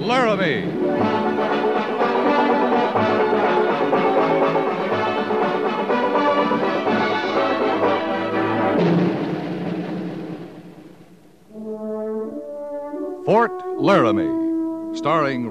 Laramie. Fort Laramie, starring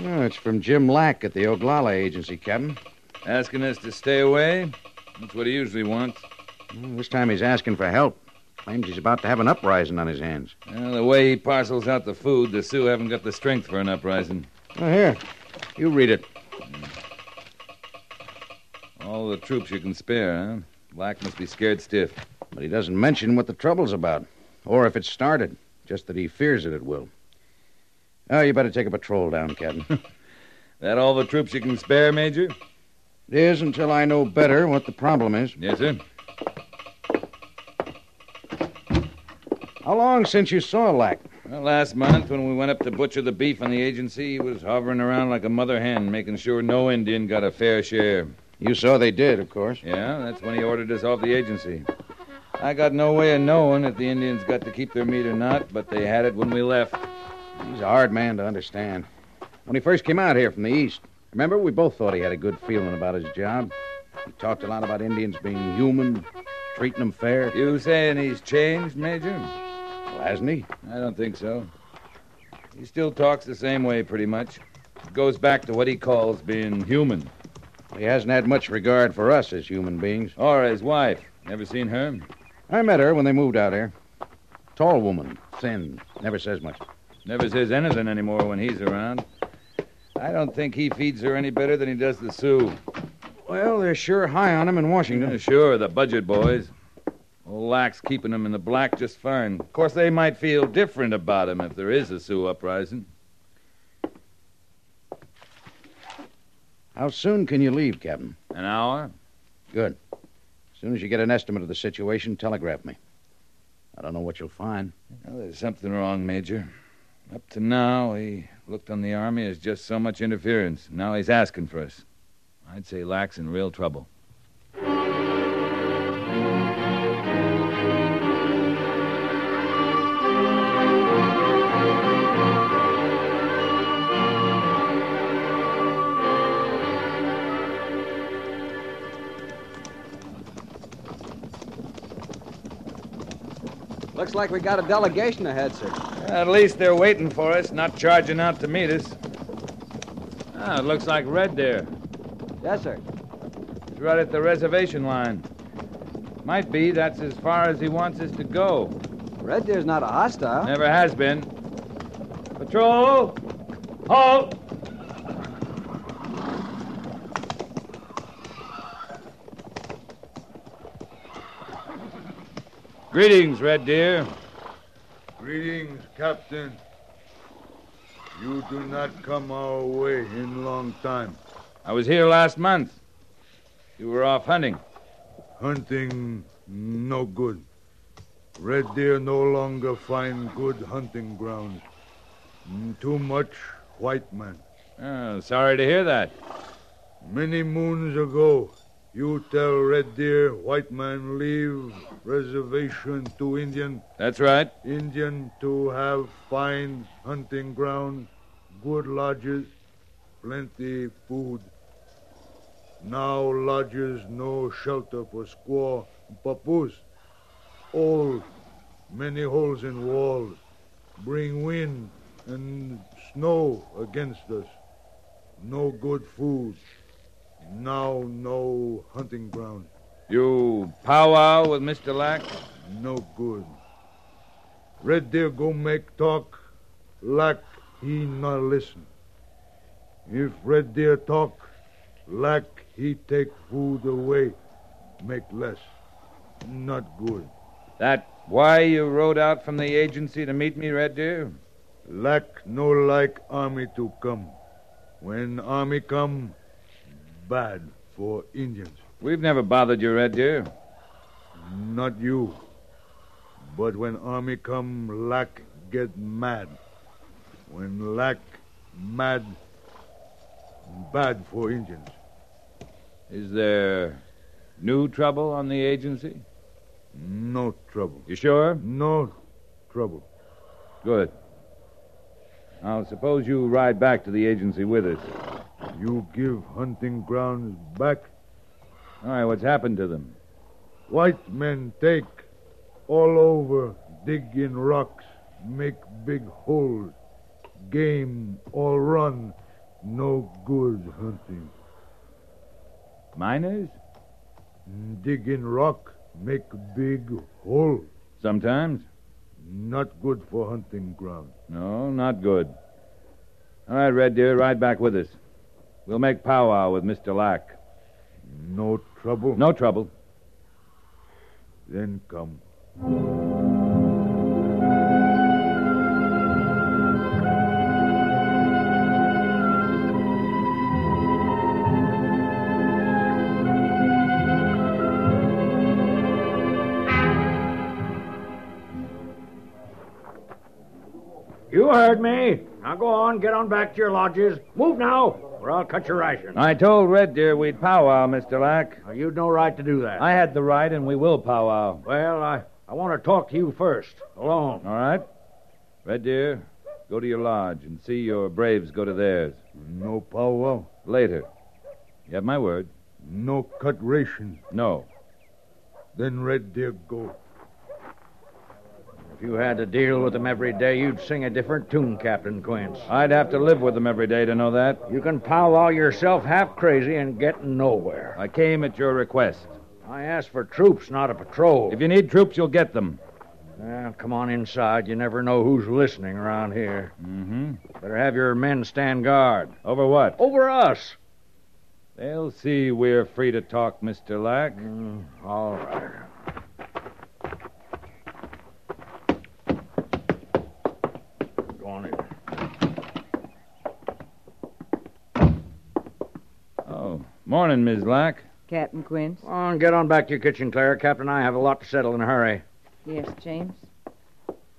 Oh, it's from Jim Lack at the Oglala Agency, Captain. Asking us to stay away? That's what he usually wants. Well, this time he's asking for help. Claims he's about to have an uprising on his hands. Well, the way he parcels out the food, the Sioux haven't got the strength for an uprising. Oh, here. You read it. All the troops you can spare, huh? Black must be scared stiff. But he doesn't mention what the trouble's about, or if it started, just that he fears that it will. Oh, you better take a patrol down, Captain. That all the troops you can spare, Major? it is until I know better what the problem is. Yes, sir. How long since you saw Lack? Well, last month, when we went up to butcher the beef in the agency, he was hovering around like a mother hen, making sure no Indian got a fair share. You saw they did, of course. Yeah, that's when he ordered us off the agency. I got no way of knowing if the Indians got to keep their meat or not, but they had it when we left. He's a hard man to understand. When he first came out here from the East, remember, we both thought he had a good feeling about his job. He talked a lot about Indians being human, treating them fair. You saying he's changed, Major? Well, hasn't he? I don't think so. He still talks the same way, pretty much. Goes back to what he calls being human. He hasn't had much regard for us as human beings. Or his wife. Never seen her? I met her when they moved out here. Tall woman, thin, never says much. Never says anything anymore when he's around. I don't think he feeds her any better than he does the Sioux. Well, they're sure high on him in Washington. Yeah, sure, the budget boys. Old Lack's keeping them in the black just fine. Of course, they might feel different about him if there is a Sioux uprising. How soon can you leave, Captain? An hour? Good. As soon as you get an estimate of the situation, telegraph me. I don't know what you'll find. Well, there's something wrong, Major. Up to now, he looked on the Army as just so much interference. Now he's asking for us. I'd say Lack's in real trouble. Looks like we got a delegation ahead, sir. At least they're waiting for us, not charging out to meet us. Ah, it looks like Red there. Yes, sir. He's right at the reservation line. Might be that's as far as he wants us to go. Red Deer's not a hostile. Never has been. Patrol! Halt! Greetings, Red Deer. Greetings, Captain. You do not come our way in long time. I was here last month. You were off hunting. Hunting no good. Red deer no longer find good hunting grounds. Mm, Too much white man. Oh, sorry to hear that. Many moons ago, you tell Red Deer white man leave reservation to Indian, That's right. Indian to have fine hunting ground, good lodges, plenty food. Now lodges no shelter for squaw, papoose. Old, many holes in walls, bring wind and snow against us. No good food. Now no hunting ground. You powwow with Mr. Lack? No good. Red Deer go make talk, Lack he not listen. If Red Deer talk, Lack he take food away, make less. Not good. That why you rode out from the agency to meet me, Red Deer? Lack no like army to come. When army come, bad for Indians. We've never bothered you, Red Deer. Not you. But when army come, lack get mad. When lack mad, bad for Indians. Is there new trouble on the agency? No trouble. You sure? No trouble. Good. Now, suppose you ride back to the agency with us. You give hunting grounds back. All right, what's happened to them? White men take all over, dig in rocks, make big holes. Game all run. No good hunting. Miners? Dig in rock, make big hole. Sometimes. Not good for hunting ground. No, not good. All right, Red Deer, ride back with us. We'll make powwow with Mr. Lack. No trouble. No trouble. Then come. You heard me. Now go on, get on back to your lodges. Move now, or I'll cut your ration. I told Red Deer we'd powwow, Mr. Lack. Now, you'd no right to do that. I had the right, and we will powwow. Well, I, I want to talk to you first, alone. All right? Red Deer, go to your lodge and see your braves go to theirs. No powwow. Later. You have my word? No cut ration. No. Then Red Deer go. If you had to deal with them every day, you'd sing a different tune, Captain Quince. I'd have to live with them every day to know that. You can powwow yourself half crazy and get nowhere. I came at your request. I asked for troops, not a patrol. If you need troops, you'll get them. Well, come on inside. You never know who's listening around here. Mm-hmm. Better have your men stand guard. Over what? Over us. They'll see we're free to talk, Mr. Lack. Mm, all right. Go on in. Oh, morning, Ms. Lack. Captain Quince. Come on, get on back to your kitchen, Claire. Captain and I have a lot to settle in a hurry. Yes, James.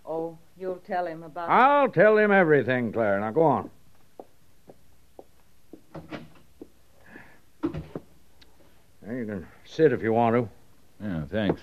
Oh, you'll tell him about. I'll tell him everything, Claire. Now go on. Now, you can sit if you want to. Yeah, thanks.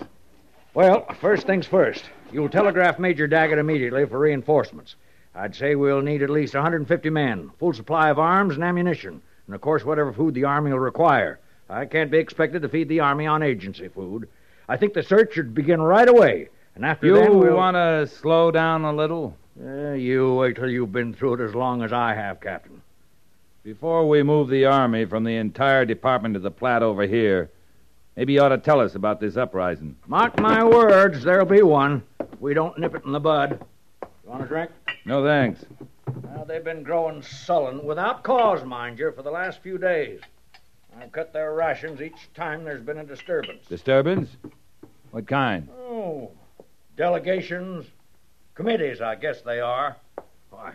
Well, first things first. You'll telegraph Major Daggett immediately for reinforcements. I'd say we'll need at least 150 men, full supply of arms and ammunition, and of course whatever food the army will require. I can't be expected to feed the army on agency food. I think the search should begin right away, and after You then we'll... want to slow down a little? Eh, you wait till you've been through it as long as I have, Captain. Before we move the army from the entire department to the Platte over here, maybe you ought to tell us about this uprising. Mark my words, there'll be one. We don't nip it in the bud. You want a drink? No thanks. Well, they've been growing sullen, without cause, mind you, for the last few days. I've cut their rations each time there's been a disturbance. Disturbance? What kind? Oh, delegations, committees, I guess they are. Why?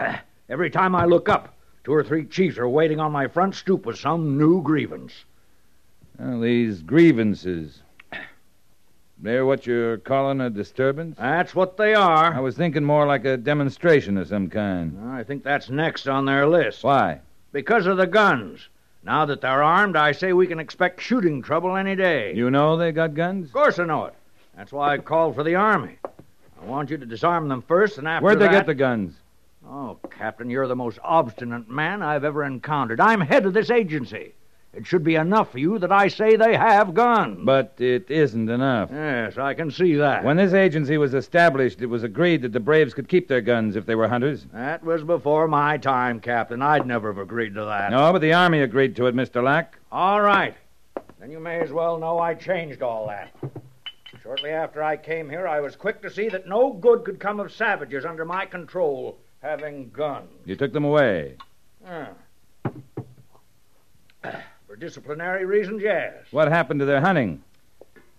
Ah, Every time I look up, two or three chiefs are waiting on my front stoop with some new grievance. Well, these grievances. They're what you're calling a disturbance? That's what they are. I was thinking more like a demonstration of some kind. I think that's next on their list. Why? Because of the guns. Now that they're armed, I say we can expect shooting trouble any day. You know they got guns? Of course I know it. That's why I called for the army. I want you to disarm them first, and after Where'd they that... get the guns? Oh, Captain, you're the most obstinate man I've ever encountered. I'm head of this agency. It should be enough for you that I say they have guns. But it isn't enough. Yes, I can see that. When this agency was established, it was agreed that the Braves could keep their guns if they were hunters. That was before my time, Captain. I'd never have agreed to that. No, but the Army agreed to it, Mr. Lack. All right. Then you may as well know I changed all that. Shortly after I came here, I was quick to see that no good could come of savages under my control having guns. You took them away. Ah. For disciplinary reasons, yes. What happened to their hunting?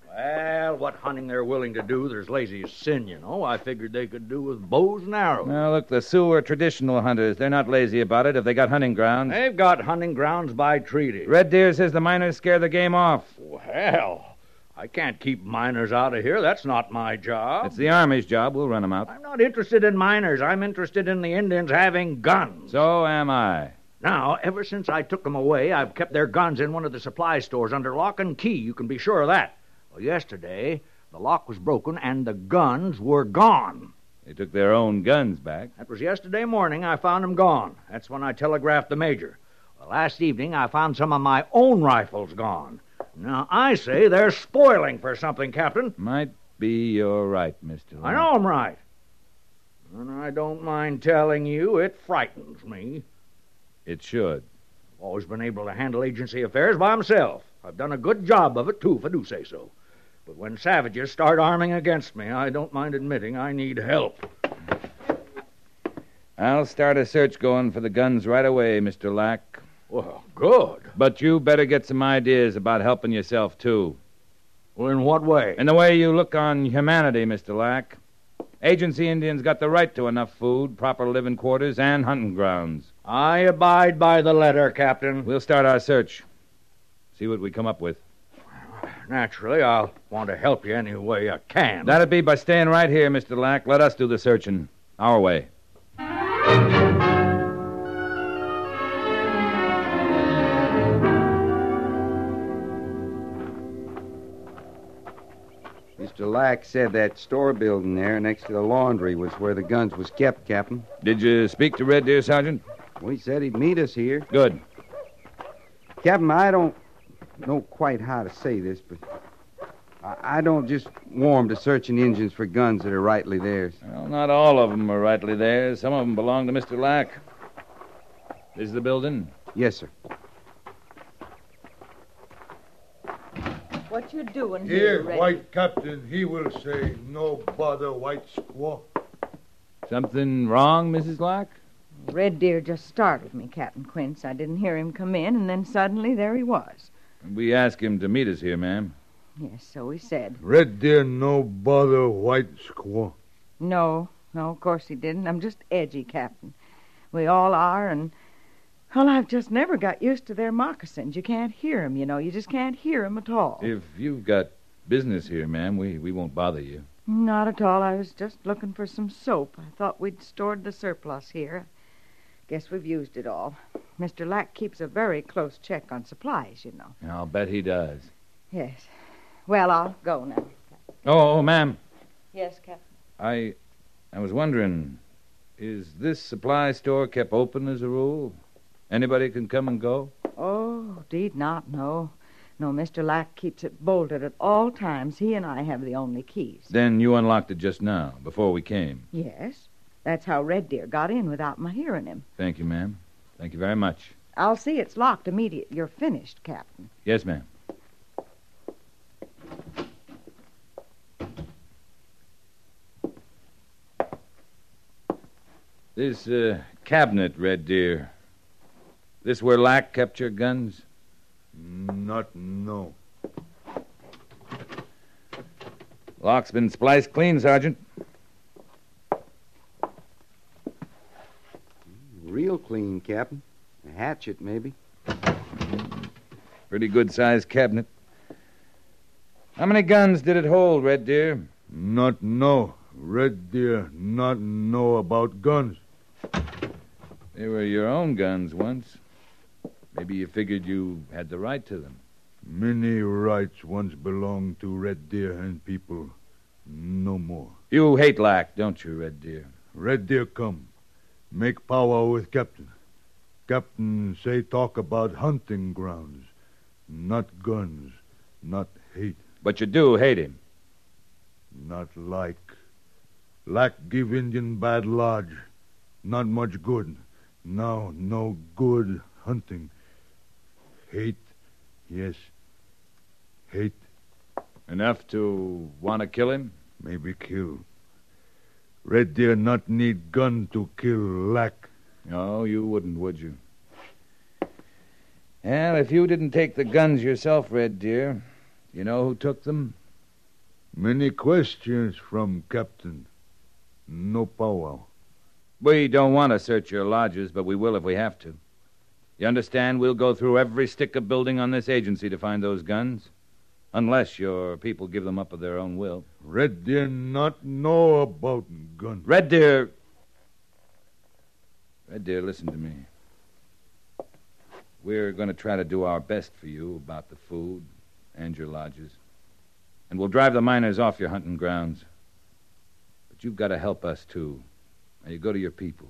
Well, Well, what hunting they're willing to do, there's lazy as sin, you know. I figured they could do with bows and arrows. Now, look, the Sioux are traditional hunters. They're not lazy about it if they got hunting grounds. They've got hunting grounds by treaty. Red Deer says the miners scare the game off. Well, I can't keep miners out of here. That's not my job. It's the Army's job. We'll run 'em out. I'm not interested in miners. I'm interested in the Indians having guns. So am I. Now, ever since I took them away, I've kept their guns in one of the supply stores under lock and key. You can be sure of that. Well, yesterday, the lock was broken and the guns were gone. They took their own guns back. That was yesterday morning. I found 'em gone. That's when I telegraphed the major. Well, last evening, I found some of my own rifles gone. Now, I say they're spoiling for something, Captain. Might be you're right, Mr. I Lawrence. know I'm right. And I don't mind telling you, it frightens me. It should. Always been able to handle agency affairs by myself. I've done a good job of it, too, if I do say so. But when savages start arming against me, I don't mind admitting I need help. I'll start a search going for the guns right away, Mr. Lack. Well, good. But you better get some ideas about helping yourself, too. Well, in what way? And the way you look on humanity, Mr. Lack. Agency Indians got the right to enough food, proper living quarters, and hunting grounds. I abide by the letter, Captain. We'll start our search. See what we come up with. Naturally, I'll want to help you any way I can. That'll be by staying right here, Mr. Lack. Let us do the searching. Our way. Mr. Lack said that store building there next to the laundry was where the guns was kept, Captain. Did you speak to Red Deer, Sergeant? Well, he said he'd meet us here. Good. Captain, I don't know quite how to say this, but I, I don't just warm to searching engines for guns that are rightly theirs. Well, not all of them are rightly theirs. Some of them belong to Mr. Lack. This is the building. Yes, sir. What you doing here, Here, Red? white captain, he will say, no bother, white squaw. Something wrong, Mrs. Lack? Red Deer just startled me, Captain Quince. I didn't hear him come in, and then suddenly there he was. We asked him to meet us here, ma'am. Yes, so he said. Red deer, no bother, white squaw. No, no, of course he didn't. I'm just edgy, Captain. We all are, and well, I've just never got used to their moccasins. You can't hear 'em, you know. You just can't hear 'em at all. If you've got business here, ma'am, we, we won't bother you. Not at all. I was just looking for some soap. I thought we'd stored the surplus here. Guess we've used it all. Mr. Lack keeps a very close check on supplies, you know. I'll bet he does. Yes. Well, I'll go now. Oh, oh, ma'am. Yes, Captain. I I was wondering, is this supply store kept open as a rule? Anybody can come and go? Oh, deed not, no. No, Mr. Lack keeps it bolted at all times. He and I have the only keys. Then you unlocked it just now, before we came. Yes. That's how Red Deer got in without my hearing him. Thank you, ma'am. Thank you very much. I'll see it's locked immediate. You're finished, Captain. Yes, ma'am. This uh, cabinet, Red Deer. This where Lack kept your guns? Not no. Lock's been spliced clean, Sergeant. Real clean, Captain. A hatchet, maybe. Pretty good sized cabinet. How many guns did it hold, Red Deer? Not no. Red deer, not know about guns. They were your own guns once. Maybe you figured you had the right to them. Many rights once belonged to red deer and people. No more. You hate Lack, don't you, Red Deer? Red deer come. Make power with captain. Captain say talk about hunting grounds. Not guns. Not hate. But you do hate him. Not like. Lack give Indian bad lodge. Not much good. Now no good hunting. Hate. Yes. Hate Enough to want to kill him? maybe kill. Red deer not need gun to kill lack. No, you wouldn't, would you? Well, if you didn't take the guns yourself, Red Deer, you know who took them? Many questions from Captain. No powwow. We don't want to search your lodges, but we will if we have to. You understand? We'll go through every stick of building on this agency to find those guns. Unless your people give them up of their own will. Red Deer not know about gun. Red Deer. Red Deer, listen to me. We're going to try to do our best for you about the food and your lodges. And we'll drive the miners off your hunting grounds. But you've got to help us, too. Now, you go to your people.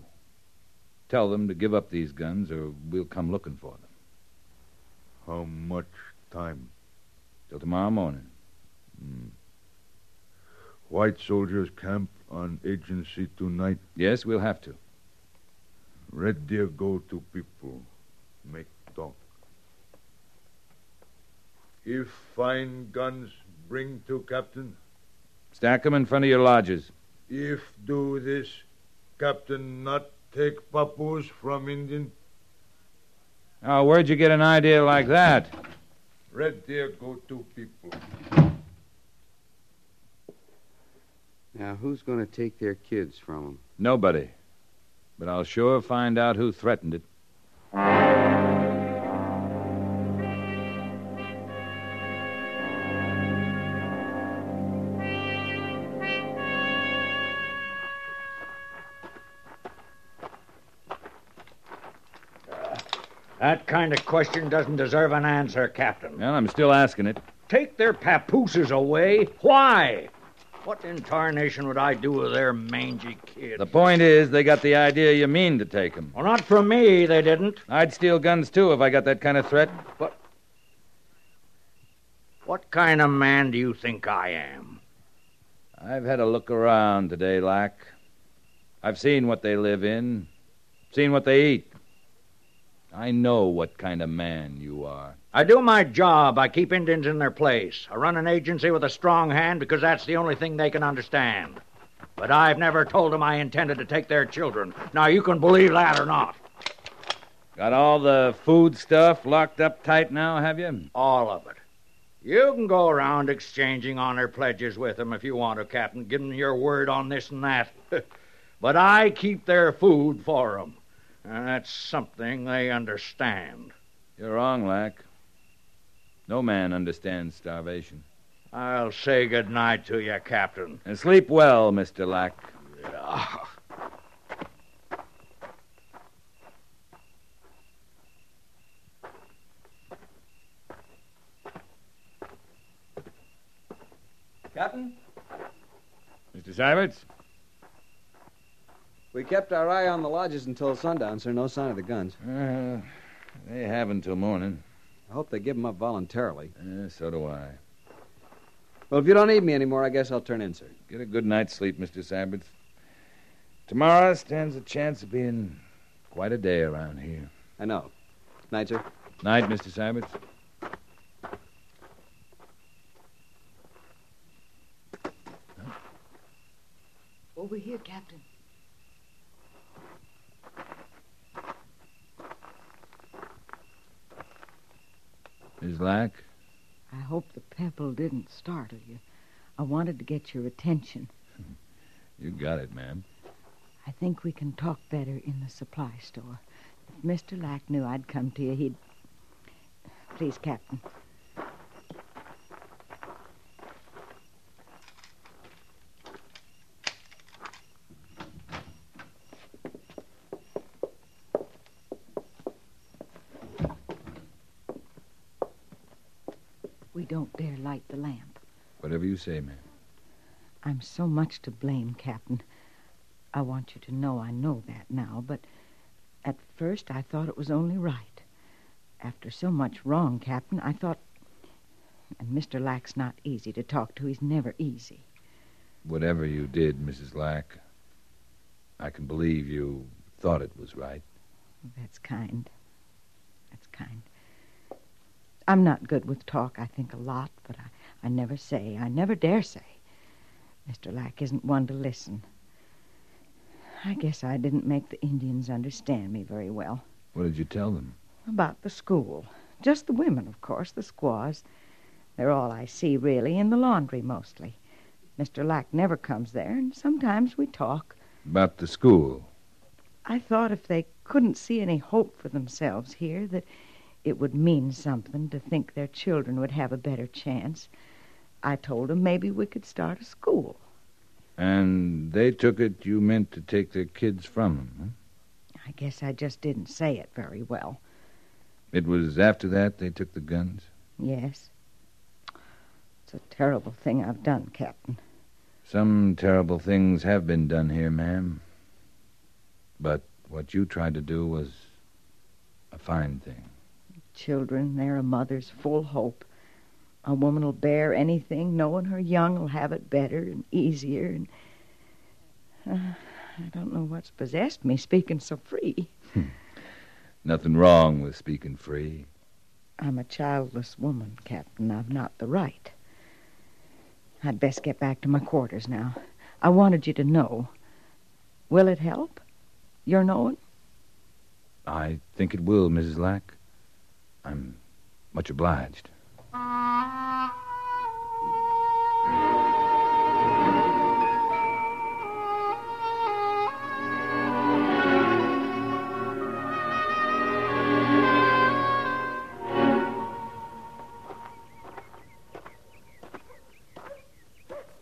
Tell them to give up these guns, or we'll come looking for them. How much time? Till tomorrow morning. White soldiers camp on agency tonight. Yes, we'll have to. Red Deer go to people. Make talk. If find guns, bring to captain. Stack 'em in front of your lodges. If do this, captain not take papoose from Indian. Now, where'd you get an idea like that? Red Deer go to people. Now, who's going to take their kids from them? Nobody. But I'll sure find out who threatened it. That kind of question doesn't deserve an answer, Captain. Well, I'm still asking it. Take their papooses away? Why? What in tarnation would I do with their mangy kid? The point is, they got the idea you mean to take 'em. Well, not from me, they didn't. I'd steal guns, too, if I got that kind of threat. What kind of man do you think I am? I've had a look around today, Lack. I've seen what they live in, seen what they eat. I know what kind of man you are. I do my job. I keep Indians in their place. I run an agency with a strong hand because that's the only thing they can understand. But I've never told them I intended to take their children. Now, you can believe that or not. Got all the food stuff locked up tight now, have you? All of it. You can go around exchanging honor pledges with them if you want to, Captain. Give them your word on this and that. but I keep their food for them. And that's something they understand. You're wrong, Lack. No man understands starvation. I'll say good night to you, Captain. And sleep well, Mr. Lack. Captain, Mr. Syverts? we kept our eye on the lodges until sundown, sir. No sign of the guns. Uh, they have until morning. I hope they give them up voluntarily. Uh, so do I. Well, if you don't need me anymore, I guess I'll turn in, sir. Get a good night's sleep, Mr. Syverts. Tomorrow stands a chance of being quite a day around here. I know. Night, sir. Night, Mr. Syverts. Over here, Captain. Ms. Lack? I hope the pebble didn't startle you. I wanted to get your attention. You got it, ma'am. I think we can talk better in the supply store. If Mr. Lack knew I'd come to you, he'd. Please, Captain. We don't dare light the lamp. Whatever you say, ma'am. I'm so much to blame, Captain. I want you to know I know that now, but at first I thought it was only right. After so much wrong, Captain, I thought. And Mr. Lack's not easy to talk to. He's never easy. Whatever you did, Mrs. Lack, I can believe you thought it was right. That's kind. That's kind. I'm not good with talk. I think a lot, but I, I never say. I never dare say. Mr. Lack isn't one to listen. I guess I didn't make the Indians understand me very well. What did you tell them? About the school. Just the women, of course, the squaws. They're all I see, really, and the laundry mostly. Mr. Lack never comes there, and sometimes we talk. About the school. I thought if they couldn't see any hope for themselves here, that it would mean something to think their children would have a better chance. I told them maybe we could start a school. And they took it you meant to take their kids from them. I guess I just didn't say it very well. Huh? It was after that they took the guns. Yes. It's a terrible thing I've done, Captain. Some terrible things have been done here, ma'am. But what you tried to do was a fine thing. Children, they're a mother's full hope. A woman will bear anything, knowing her young will have it better and easier. And uh, I don't know what's possessed me speaking so free. Nothing wrong with speaking free. I'm a childless woman, Captain. I've not the right. I'd best get back to my quarters now. I wanted you to know. Will it help? Your knowing? I think it will, Mrs. Lack. I'm much obliged.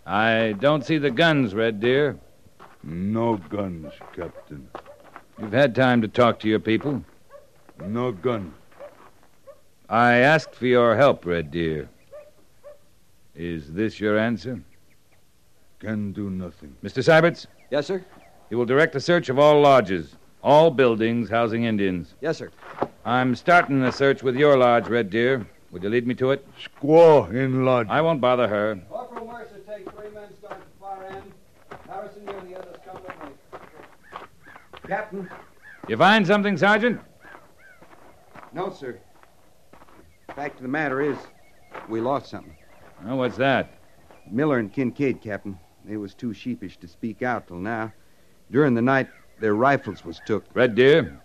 I don't see the guns, Red Deer. No guns, Captain. You've had time to talk to your people. No gun. I asked for your help, Red Deer. Is this your answer? Can do nothing. Mr. Syberts, Yes, sir? you will direct a search of all lodges, all buildings housing Indians. Yes, sir. I'm starting the search with your lodge, Red Deer. Would you lead me to it? Squaw in lodge. I won't bother her. Corporal Mercer, take three men, start the far end. Harrison, you and the others come with me. Captain? You find something, Sergeant? No, sir. Fact of the matter is, we lost something. Oh, what's that? Miller and Kincaid, Captain. They was too sheepish to speak out till now. During the night, their rifles was took. Red Deer?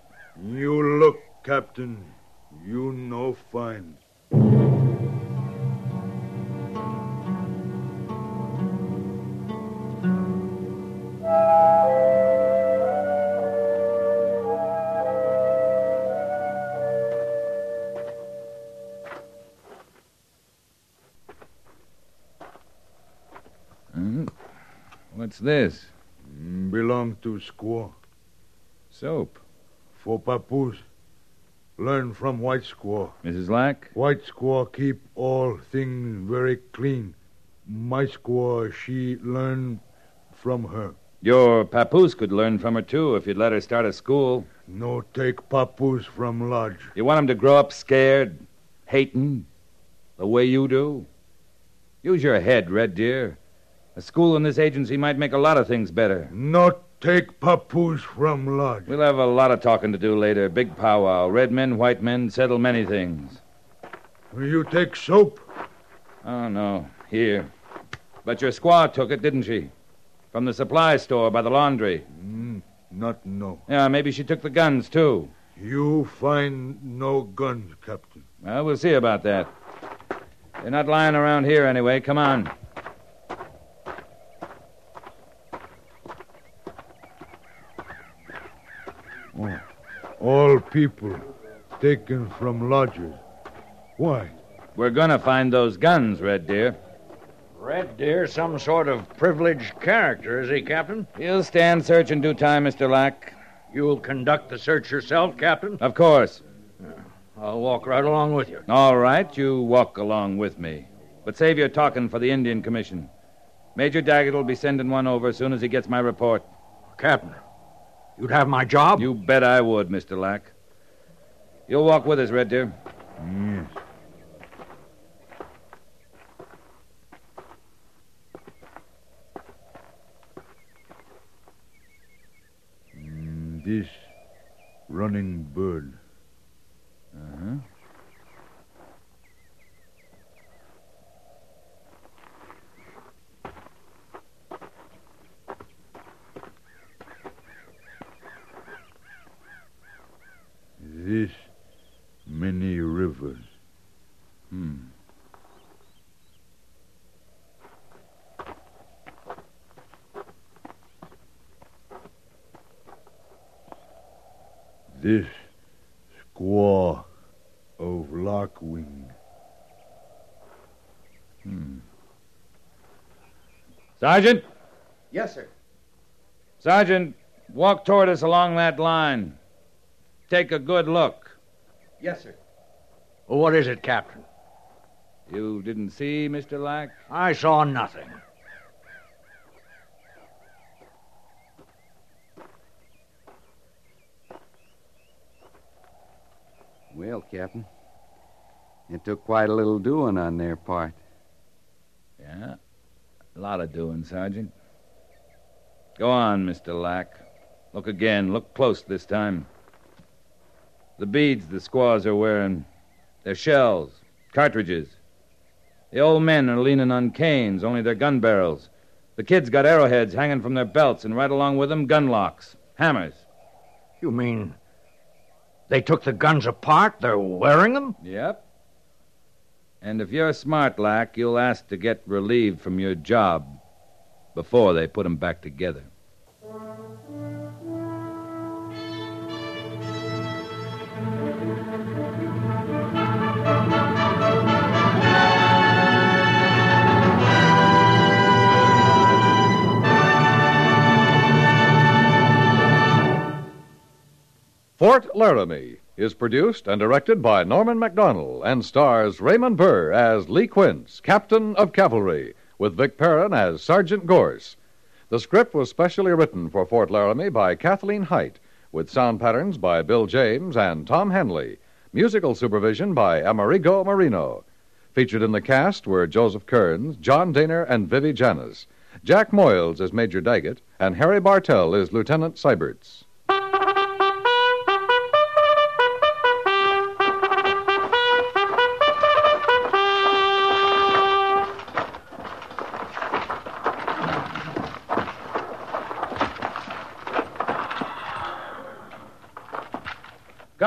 You look, Captain. You know fine. Hmm? What's this? Mm, Belong to squaw. Soap. For papoose. Learn from white squaw. Mrs. Lack? White squaw keep all things very clean. My squaw, she learn from her. Your papoose could learn from her, too, if you'd let her start a school. No take papoose from lodge. You want him to grow up scared, hating, the way you do? Use your head, Red Deer. A school in this agency might make a lot of things better. Not take papoose from lodge. We'll have a lot of talking to do later. Big powwow. Red men, white men, settle many things. You take soap. Oh, no. Here. But your squaw took it, didn't she? From the supply store by the laundry. Mm, not no. Yeah, maybe she took the guns, too. You find no gun, Captain. Well, we'll see about that. They're not lying around here anyway. Come on. All people taken from lodges. Why? We're gonna find those guns, Red Deer. Red Deer, some sort of privileged character, is he, Captain? He'll stand search in due time, Mr. Lack. You'll conduct the search yourself, Captain? Of course. I'll walk right along with you. All right, you walk along with me. But save your talking for the Indian Commission. Major Daggett will be sending one over as soon as he gets my report. Captain, you'd have my job? You bet I would, Mr. Lack. You'll walk with us, Red Deer. Yes. Mm, Mm, This running bird. Uh-huh. This many rivers. Hmm. This squaw of Lockwing. Sergeant! Yes, sir. Sergeant, walk toward us along that line. Take a good look. Yes, sir. Well, what is it, Captain? You didn't see, Mr. Lack? I saw nothing. Well, Captain, it took quite a little doing on their part. Yeah. A lot of doing, Sergeant. Go on, Mr. Lack. Look again. Look close this time. The beads the squaws are wearing, they're shells, cartridges. The old men are leaning on canes, only they're gun barrels. The kids got arrowheads hanging from their belts, and right along with them, gun locks, hammers. You mean they took the guns apart? They're wearing them? Yep. And if you're smart, Lack, you'll ask to get relieved from your job before they put 'em back together. Fort Laramie is produced and directed by Norman MacDonald and stars Raymond Burr as Lee Quince, Captain of Cavalry, with Vic Perrin as Sergeant Gorse. The script was specially written for Fort Laramie by Kathleen Height, with sound patterns by Bill James and Tom Henley, musical supervision by Amerigo Marino. Featured in the cast were Joseph Kearns, John Daner, and Vivie Janis. Jack Moyles is Major Daggett, and Harry Bartell is Lieutenant Syberts.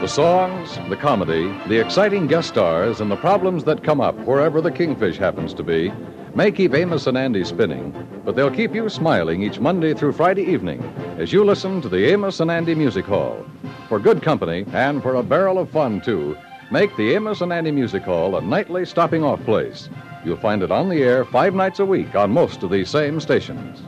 The songs, the comedy, the exciting guest stars, and the problems that come up wherever the kingfish happens to be may keep Amos and Andy spinning, but they'll keep you smiling each Monday through Friday evening as you listen to the Amos and Andy Music Hall. For good company and for a barrel of fun, too, make the Amos and Andy Music Hall a nightly stopping off place. You'll find it on the air five nights a week on most of these same stations.